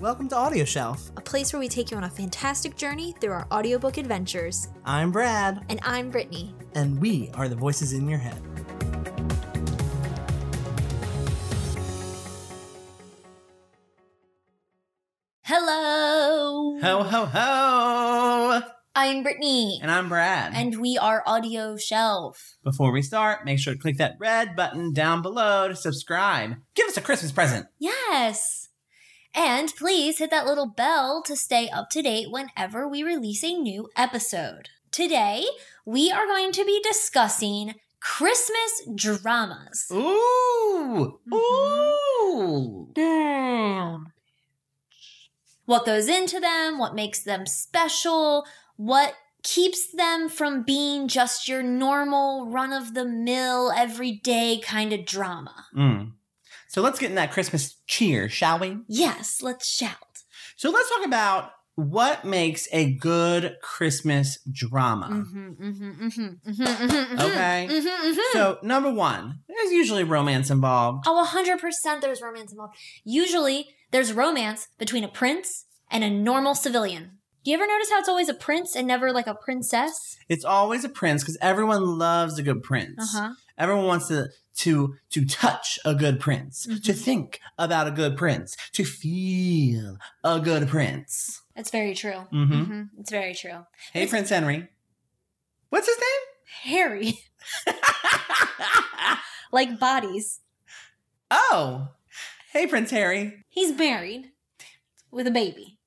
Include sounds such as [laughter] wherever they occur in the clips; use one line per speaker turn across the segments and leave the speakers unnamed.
Welcome to Audio Shelf.
a place where we take you on a fantastic journey through our audiobook adventures.
I'm Brad,
And I'm Brittany.
and we are the voices in your head.
Hello!
Ho, ho, ho!
I'm Brittany.
And I'm Brad.
And we are Audio Shelf.
before we start, make sure to click that red button down below to subscribe. Give us a Christmas present.
Yes! And please hit that little bell to stay up to date whenever we release a new episode. Today, we are going to be discussing Christmas dramas.
Ooh!
Mhm.
Ooh!
Damn. What goes into them, what makes them special, what keeps them from being just your normal run of the mill, everyday kind of drama.
Mm. So let's get in that Christmas cheer, shall we?
Yes, let's shout.
So let's talk about what makes a good Christmas drama.
Mhm, mhm, mhm, mhm, mhm, mhm,
Uh-huh. Okay.
mhm, mhm.
So, number one, there's usually romance involved.
Oh, 100% there's romance involved. Usually, there's romance between a prince and a normal civilian. Do you ever notice how it's always a prince and never like a princess?
It's always a prince because everyone loves a good prince.
Uh-huh.
Everyone wants to to to touch a good prince,
Mhm.
to think about a good prince, to feel a good prince.
That's very true. Mm-hmm.
Mhm.
It's very true.
Hey, Prince Henry. What's his
Harry, [laughs]
name?
like bodies,
[laughs] oh, hey, Prince Harry.
he's married with a baby.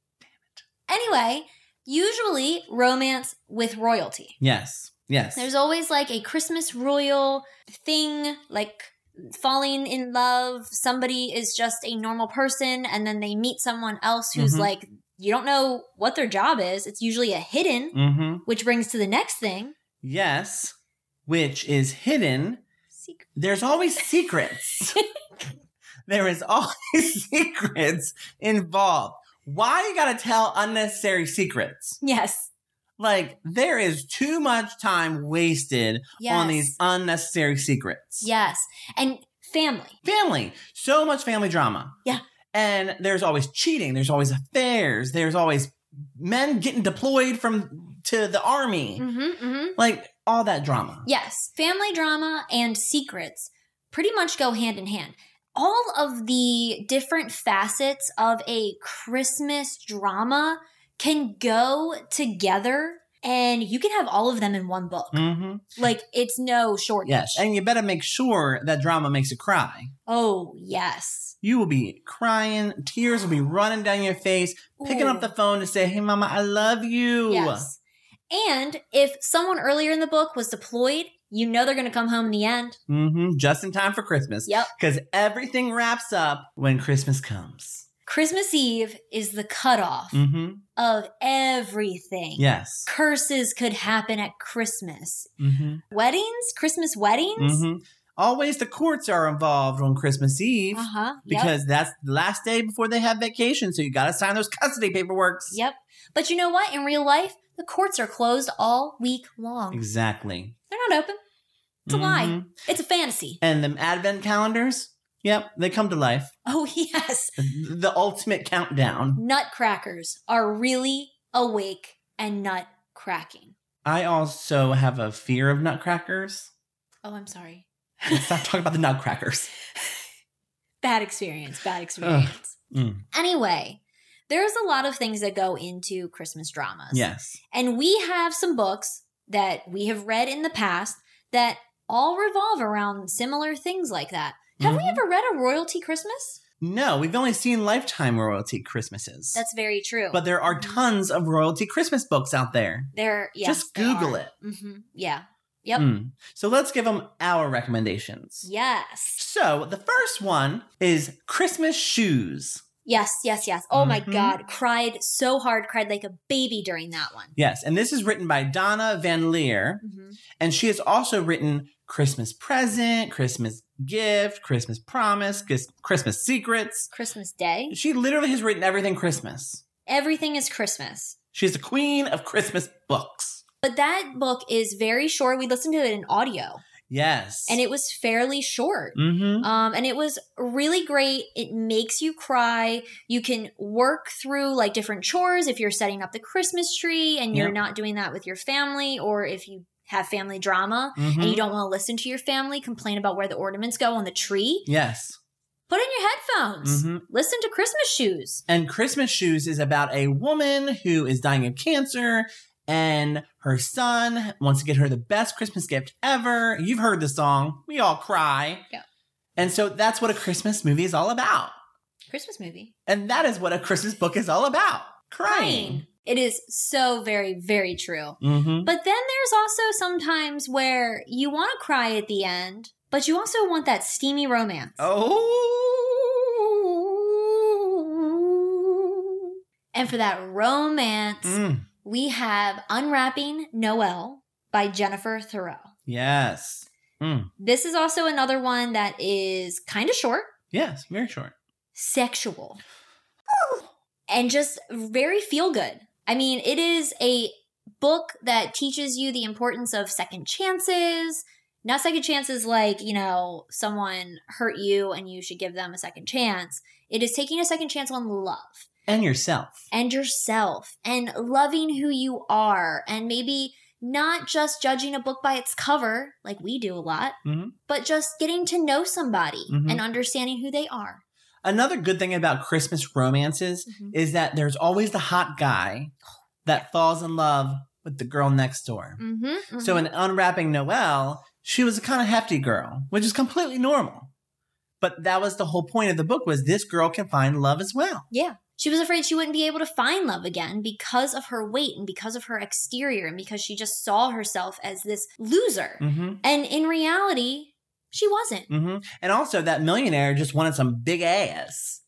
Anyway, usually romance with royalty.
Yes, yes.
There's always like a Christmas royal thing, like falling in love. Somebody is just a normal person, and then they meet someone else who's
Mhm.
like, you don't know what their job is. It's usually a hidden,
mm-hmm.
which brings to the next thing.
Yes, which is hidden.
Secret.
There's always
[laughs]
secrets. there is always [laughs] secrets involved. Why you gotta tell unnecessary secrets?
Yes.
Like there is too much time wasted
Yes.
on these unnecessary secrets.
Yes. And family.
Family, so much family drama.
Yeah.
And there's always cheating. There's always affairs. There's always men getting deployed from to the army.
Mm-hmm, mm-hmm.
Like all that drama.
Yes, family drama and secrets pretty much go hand in hand. All of the different facets of a Christmas drama can go together and you can have all of them in one book.
Mm-hmm.
Like it's no shortage.
Yes, and you better make sure that drama makes you cry.
oh, yes.
You will be crying, tears will be running down your face, picking
Ooh.
up the phone to say, "Hey, mama, I love you."
Yes. And if someone earlier in the book was deployed, you know they're going to come home in the end.
hmm Just in time for Christmas,
Yep.
because everything wraps up when Christmas comes.
Christmas Eve is the cutoff
hmm
of everything.
Yes.
curses could happen at Christmas.
hmm
Weddings, Christmas weddings.
hmm Always the courts are involved on Christmas Eve
Uh huh. Yep.
Mm-hmm. because that's the last day before they have vacation, so you got to sign those custody paperworks.
Yep. But you know what? In real life, the courts are closed all week long.
Exactly.
They're not open. It's a lie.
Mhm.
It's a fantasy. [laughs]
And the advent calendars. Yep, they come to life.
Oh yes,
the ultimate countdown.
nutcrackers are really awake and nut cracking.
I also have a fear of nutcrackers.
Oh, I'm sorry.
Stop talking about the
[laughs]
nutcrackers.
Bad experience. Bad experience.
Mm.
Anyway, there's a lot of things that go into Christmas dramas.
Yes.
And we have some books that we have read in the past that all revolve around similar things like that. Have we
Mhm.
ever read a royalty Christmas?
No, we've only seen lifetime royalty Christmases.
That's very true. Mm-hmm.
but there are tons of royalty Christmas books out there.
there, yes,
Just Google it.
hmm Yeah. Yep.
Mm. So let's give them our recommendations.
Yes.
So the first one is Christmas shoes.
Yes. Yes. Yes. Oh my
Mhm.
God! Cried so hard, cried like a baby during that one.
Yes, and this is written by Donna Van Leer,
hmm
and she has also written Christmas present, Christmas gift, Christmas promise, Chris- Christmas secrets.
Christmas Day.
She literally has written everything Christmas.
Everything is Christmas.
She's the queen of Christmas books.
But that book is very short. We listened to it in audio.
Yes.
and it was fairly short.
Mm-hmm.
Um, and it was really great. It makes you cry. You can work through like different chores if you're setting up the Christmas tree and you're
Yep.
not doing that with your family, or if you have family drama
Mm-hmm.
and you don't want to listen to your family complain about where the ornaments go on the tree.
Yes.
Put in your headphones.
hmm
Listen to Christmas shoes.
And Christmas Shoes is about a woman who is dying of cancer and her son wants to get her the best Christmas gift ever. You've heard the song. We all cry.
Yeah.
And so that's what a Christmas movie is all about.
Christmas movie.
And that is what a Christmas book is all about. Crying.
It is so very, very true.
hmm
But then there's also sometimes where you want to cry at the end, but you also want that steamy romance.
Oh.
And for that romance,
Mm.
we have Unwrapping Noel by Jennifer Thoreau.
Yes.
This is also another one that is kind of short,
Yes. Very short.
sexual, and just very feel good. I mean, it is a book that teaches you the importance of second chances. Not second chances like, you know, someone hurt you and you should give them a second chance. It is taking a second chance on love.
And yourself.
and yourself and loving who you are and maybe not just judging a book by its cover like we do a lot
Mhm.
but just getting to know somebody
Mhm.
and understanding who they are
Another good thing about Christmas romances is that there's always the hot guy that falls in love with the girl next door.
mm-hmm.
So in unwrapping Noelle, she was a kind of hefty girl, which is completely normal. But that was the whole point of the book was this girl can find love as well.
yeah she was afraid she wouldn't be able to find love again because of her weight and because of her exterior and because she just saw herself as this loser
Mm-hmm.
and in reality she wasn't
Mm-hmm. And also that millionaire just wanted some big ass.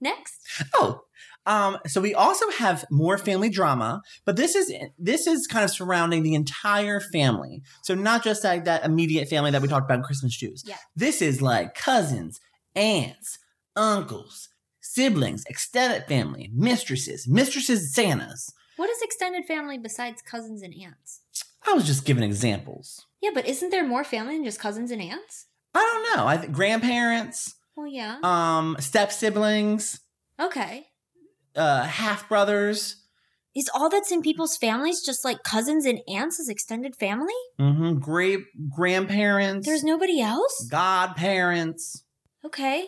next
Oh, um, so we also have more family drama, but this is this is kind of surrounding the entire family. So not just like that immediate family that we talked about in Christmas shoes.
Yeah.
This is like cousins, aunts, uncles, siblings, extended family, mistresses, mistresses, Santas.
what is extended family besides cousins and aunts
I was just giving examples.
yeah but isn't there more family than just cousins and aunts
I don't know. I think grandparents,
well yeah
um, step siblings,
Okay.
uh, half brothers.
Is all that's in people's families just like cousins and aunts as extended family?
hmm Great grandparents.
There's nobody else?
godparents.
Okay.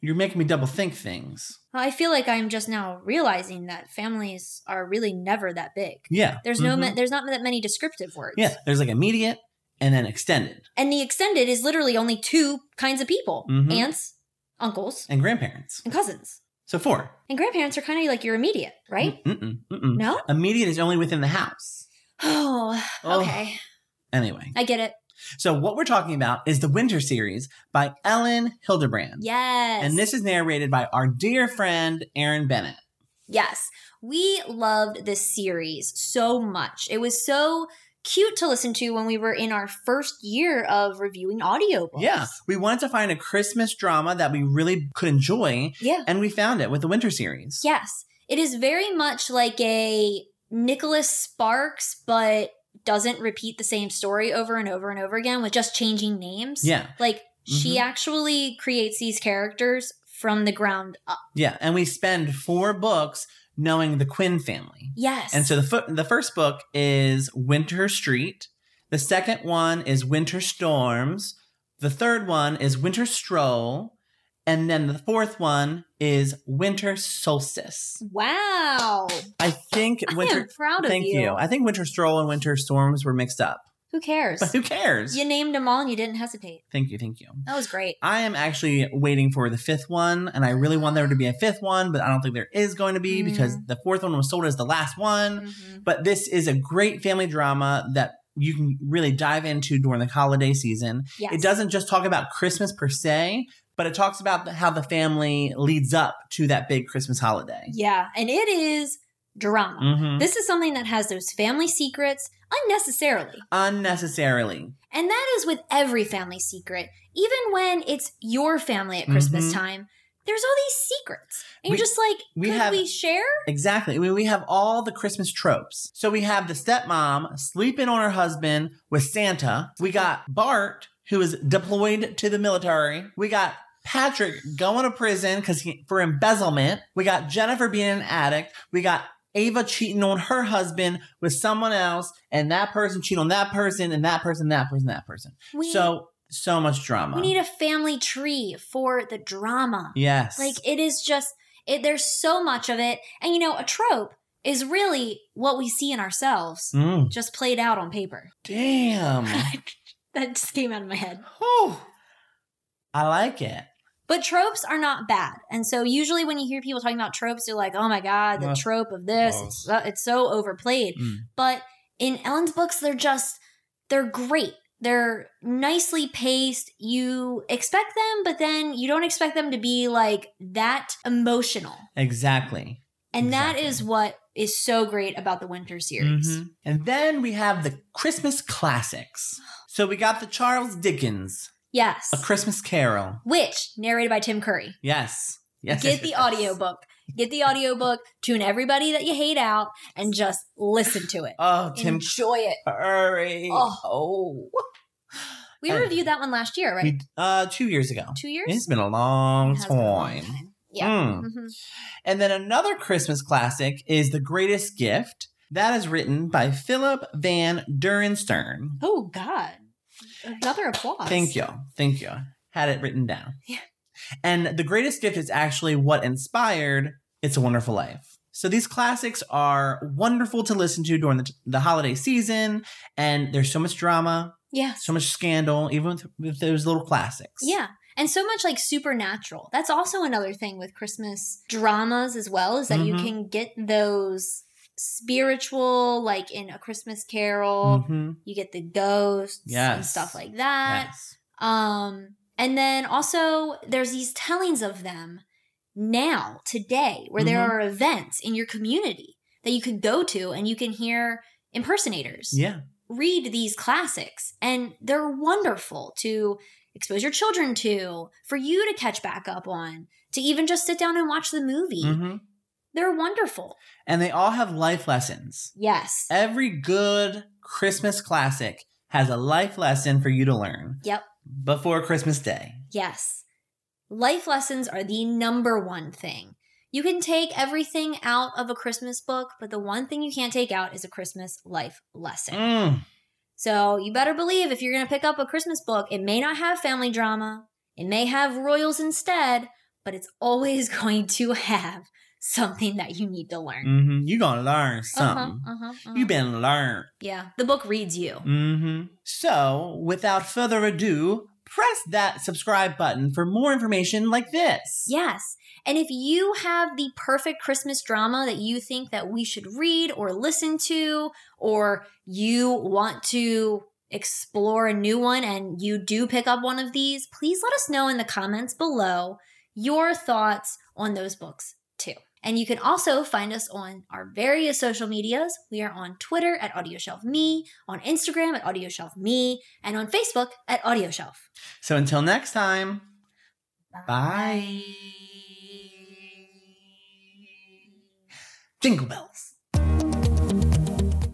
You're making me double think things.
Well, I feel like I'm just now realizing that families are really never that big.
Yeah.
There's no
Mhm.
ma- there's not that many descriptive words.
Yeah. There's like immediate and then extended
And the extended is literally only two kinds of people.
Mhm.
Aunts, uncles,
and grandparents.
and cousins.
So four.
And grandparents are kind of like your immediate, right?
Mm-mm, mm-mm.
No?
Immediate is only within the house.
[sighs] Oh,
Oh.
okay.
Anyway,
I get it.
so what we're talking about is the Winter series by Ellen Hildebrand.
Yes.
And this is narrated by our dear friend Aaron Bennett.
Yes, we loved this series so much. It was so cute to listen to when we were in our first year of reviewing audiobooks.
Yeah, we wanted to find a Christmas drama that we really could enjoy,
Yeah.
and we found it with the Winter series.
Yes. It is very much like a Nicholas Sparks, but doesn't repeat the same story over and over and over again with just changing names.
Yeah, Mm-hmm.
Like she actually creates these characters from the ground up.
yeah, and we spend four books knowing the Quinn family.
Yes.
And so the fo- the first book is Winter Street. The second one is Winter Storms. The third one is Winter Stroll, and then the fourth one is Winter Solstice.
wow.
I think
I
Winter.
am proud of
thank
you.
I think Winter Stroll and Winter Storms were mixed up,
Who cares?
but who cares?
you named them all and you didn't hesitate.
Thank you, thank you.
That was great.
I am actually waiting for the fifth one, and I really want there to be a fifth one, but I don't think there is going to
Mm.
be because the fourth one was sold as the last one.
Mhm.
But this is a great family drama that you can really dive into during the holiday season.
Yes.
It doesn't just talk about Christmas per se, but it talks about the, how the family leads up to that big Christmas holiday.
Yeah, and it is drama.
Mhm.
This is something that has those family secrets unnecessarily.
Unnecessarily.
And that is with every family secret, even when it's your family at Christmas
Mhm.
time. there's all these secrets. And
We-
you're just like,
we
could
have-
we share?
Exactly. I mean, we have all the Christmas tropes. So we have the stepmom sleeping on her husband with Santa. We got Bart, who is deployed to the military. We got Patrick going to prison because he for embezzlement. We got Jennifer being an addict. We got Ava cheating on her husband with someone else, and that person cheating on that person, and that person, that person, that person.
We,
so so much drama.
we need a family tree for the drama.
yes.
Like it is just it, there's so much of it, and you know, a trope is really what we see in ourselves,
Mm,
just played out on paper. [laughs]
damn.
that just came out of my head.
Whew. I like it.
But tropes are not bad, and so usually when you hear people talking about tropes, you're like, "Oh my god, the
Ugh.
trope of this, it's, uh, it's so overplayed."
Mm.
But in Ellen's books, they're just they're great. They're nicely paced. You expect them, but then you don't expect them to be like that emotional.
Exactly.
And that
Exactly.
is what is so great about the Winter series.
Mhm. And then we have the Christmas classics. So we got the Charles Dickens,
Yes.
A Christmas Carol.
Which, narrated by Tim Curry.
Yes. Yes. yes,
Get the
yes, yes.
audiobook. Get the audiobook, tune everybody that you hate out, and just listen to it.
Oh, [laughs] Tim
Enjoy it.
Curry.
Oh. We
And-
reviewed that one last year, right?
We- uh, two years ago.
Two years?
It's been a long
It has been a long
time.
time. Yeah.
Mm.
Mhm.
And then another Christmas classic is The Greatest Gift. That is written by Philip Van Durenstern.
Oh, God. Another applause.
Thank you. Thank you. Had it written down.
Yeah.
And The Greatest Gift is actually what inspired It's a Wonderful Life. So these classics are wonderful to listen to during the, the holiday season, and there's so much drama,
Yeah.
so much scandal, even with, with those little classics.
Yeah. And so much like supernatural. That's also another thing with Christmas dramas as well, is that you
Mhm.
can get those spiritual, like in A Christmas Carol,
Mm-hmm.
you get the ghosts and
Yes.
stuff like that.
Yes.
Um, and then also there's these tellings of them now, today, where there
Mhm.
are events in your community that you could go to and you can hear impersonators
Yeah.
read these classics and they're wonderful to expose your children to for you to catch back up on to even just sit down and watch the movie
hmm
they're wonderful
And they all have life lessons.
yes
Every good Christmas classic has a life lesson for you to learn.
Yep.
Before Christmas Day.
yes life lessons are the number one thing you can take everything out of a christmas book but the one thing you can't take out is a christmas life lesson
Mm.
So you better believe if you're going to pick up a Christmas book, it may not have family drama, it may have royals instead, but it's always [laughs] going to have something that you need to learn.
hmm You gonna learn something.
Uh-huh, uh-huh, uh-huh.
You been learned.
yeah, the book reads you.
hmm So, without further ado, press that subscribe button for more information like this.
Yes. And if you have the perfect Christmas drama that you think that we should read or listen to or you want to explore a new one and you do pick up one of these, please let us know in the comments below your thoughts on those books too. And you can also find us on our various social medias. We are on Twitter at AudioshelfMe, on Instagram at AudioshelfMe, and on Facebook at AudioShelf.
So, until next time, bye. Jingle bells.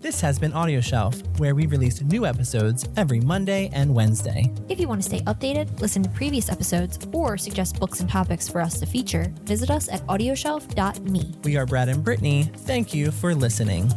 This has been Audio Shelf, where we release new episodes every Monday and Wednesday.
If you want to stay updated, listen to previous episodes, or suggest books and topics for us to feature, visit us at audioshelf.me.
We are Brad and Brittany. Thank you for listening.